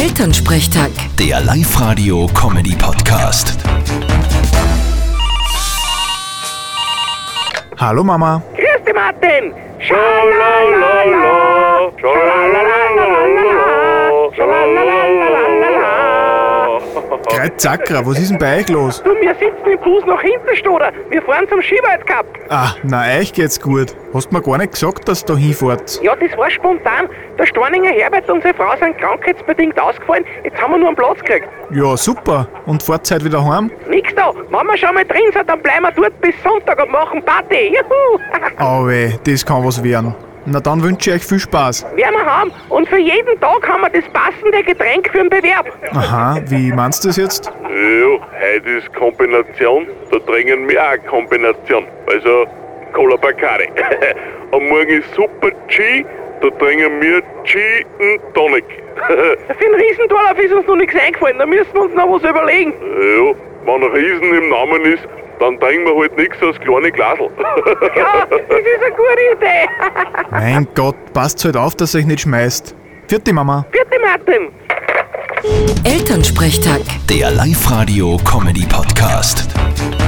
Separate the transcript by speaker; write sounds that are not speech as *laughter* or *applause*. Speaker 1: Elternsprechtag.
Speaker 2: Der Live-Radio-Comedy-Podcast.
Speaker 3: Hallo Mama.
Speaker 4: Grüß dich, Martin!
Speaker 5: Schalalala, schalalala, schalalala.
Speaker 3: Greit Zackra, was ist denn bei euch los?
Speaker 4: Du, wir sitzen im Bus nach hinten, Stoder. Wir fahren zum Skiwaldcup.
Speaker 3: Ah, na euch geht's gut. Hast mir gar nicht gesagt, dass du da hinfahrt.
Speaker 4: Ja, das war spontan. Der Storninger Herbert und seine Frau sind krankheitsbedingt ausgefallen. Jetzt haben wir nur einen Platz gekriegt.
Speaker 3: Ja, super. Und fahrt heute wieder heim?
Speaker 4: Nix da. Wenn wir schon mal drin sind, dann bleiben wir dort bis Sonntag und machen Party. Juhu! *laughs*
Speaker 3: Auwe, das kann was werden. Na dann wünsche ich euch viel Spaß.
Speaker 4: Werden wir haben. Und für jeden Tag haben wir das passende Getränk für den Bewerb.
Speaker 3: Aha, wie meinst du das jetzt?
Speaker 5: Jo, heute ist Kombination, da drängen wir auch Kombination. Also Cola Bacardi. *laughs* Am Morgen ist Super G, da drängen wir G und Tonic. *laughs*
Speaker 4: Für den Riesentorlauf ist uns noch nichts eingefallen. Da müssen wir uns noch was überlegen.
Speaker 5: jo, wenn Riesen im Namen ist, dann trinken wir halt nichts als kleine *laughs* Glasel.
Speaker 4: *laughs* Ja, das ist eine gute Idee.
Speaker 3: Mein Gott, passt halt auf, dass ihr euch nicht schmeißt. Vierte Mama.
Speaker 4: Vierte Martin.
Speaker 1: Elternsprechtag.
Speaker 2: Der Live-Radio-Comedy-Podcast.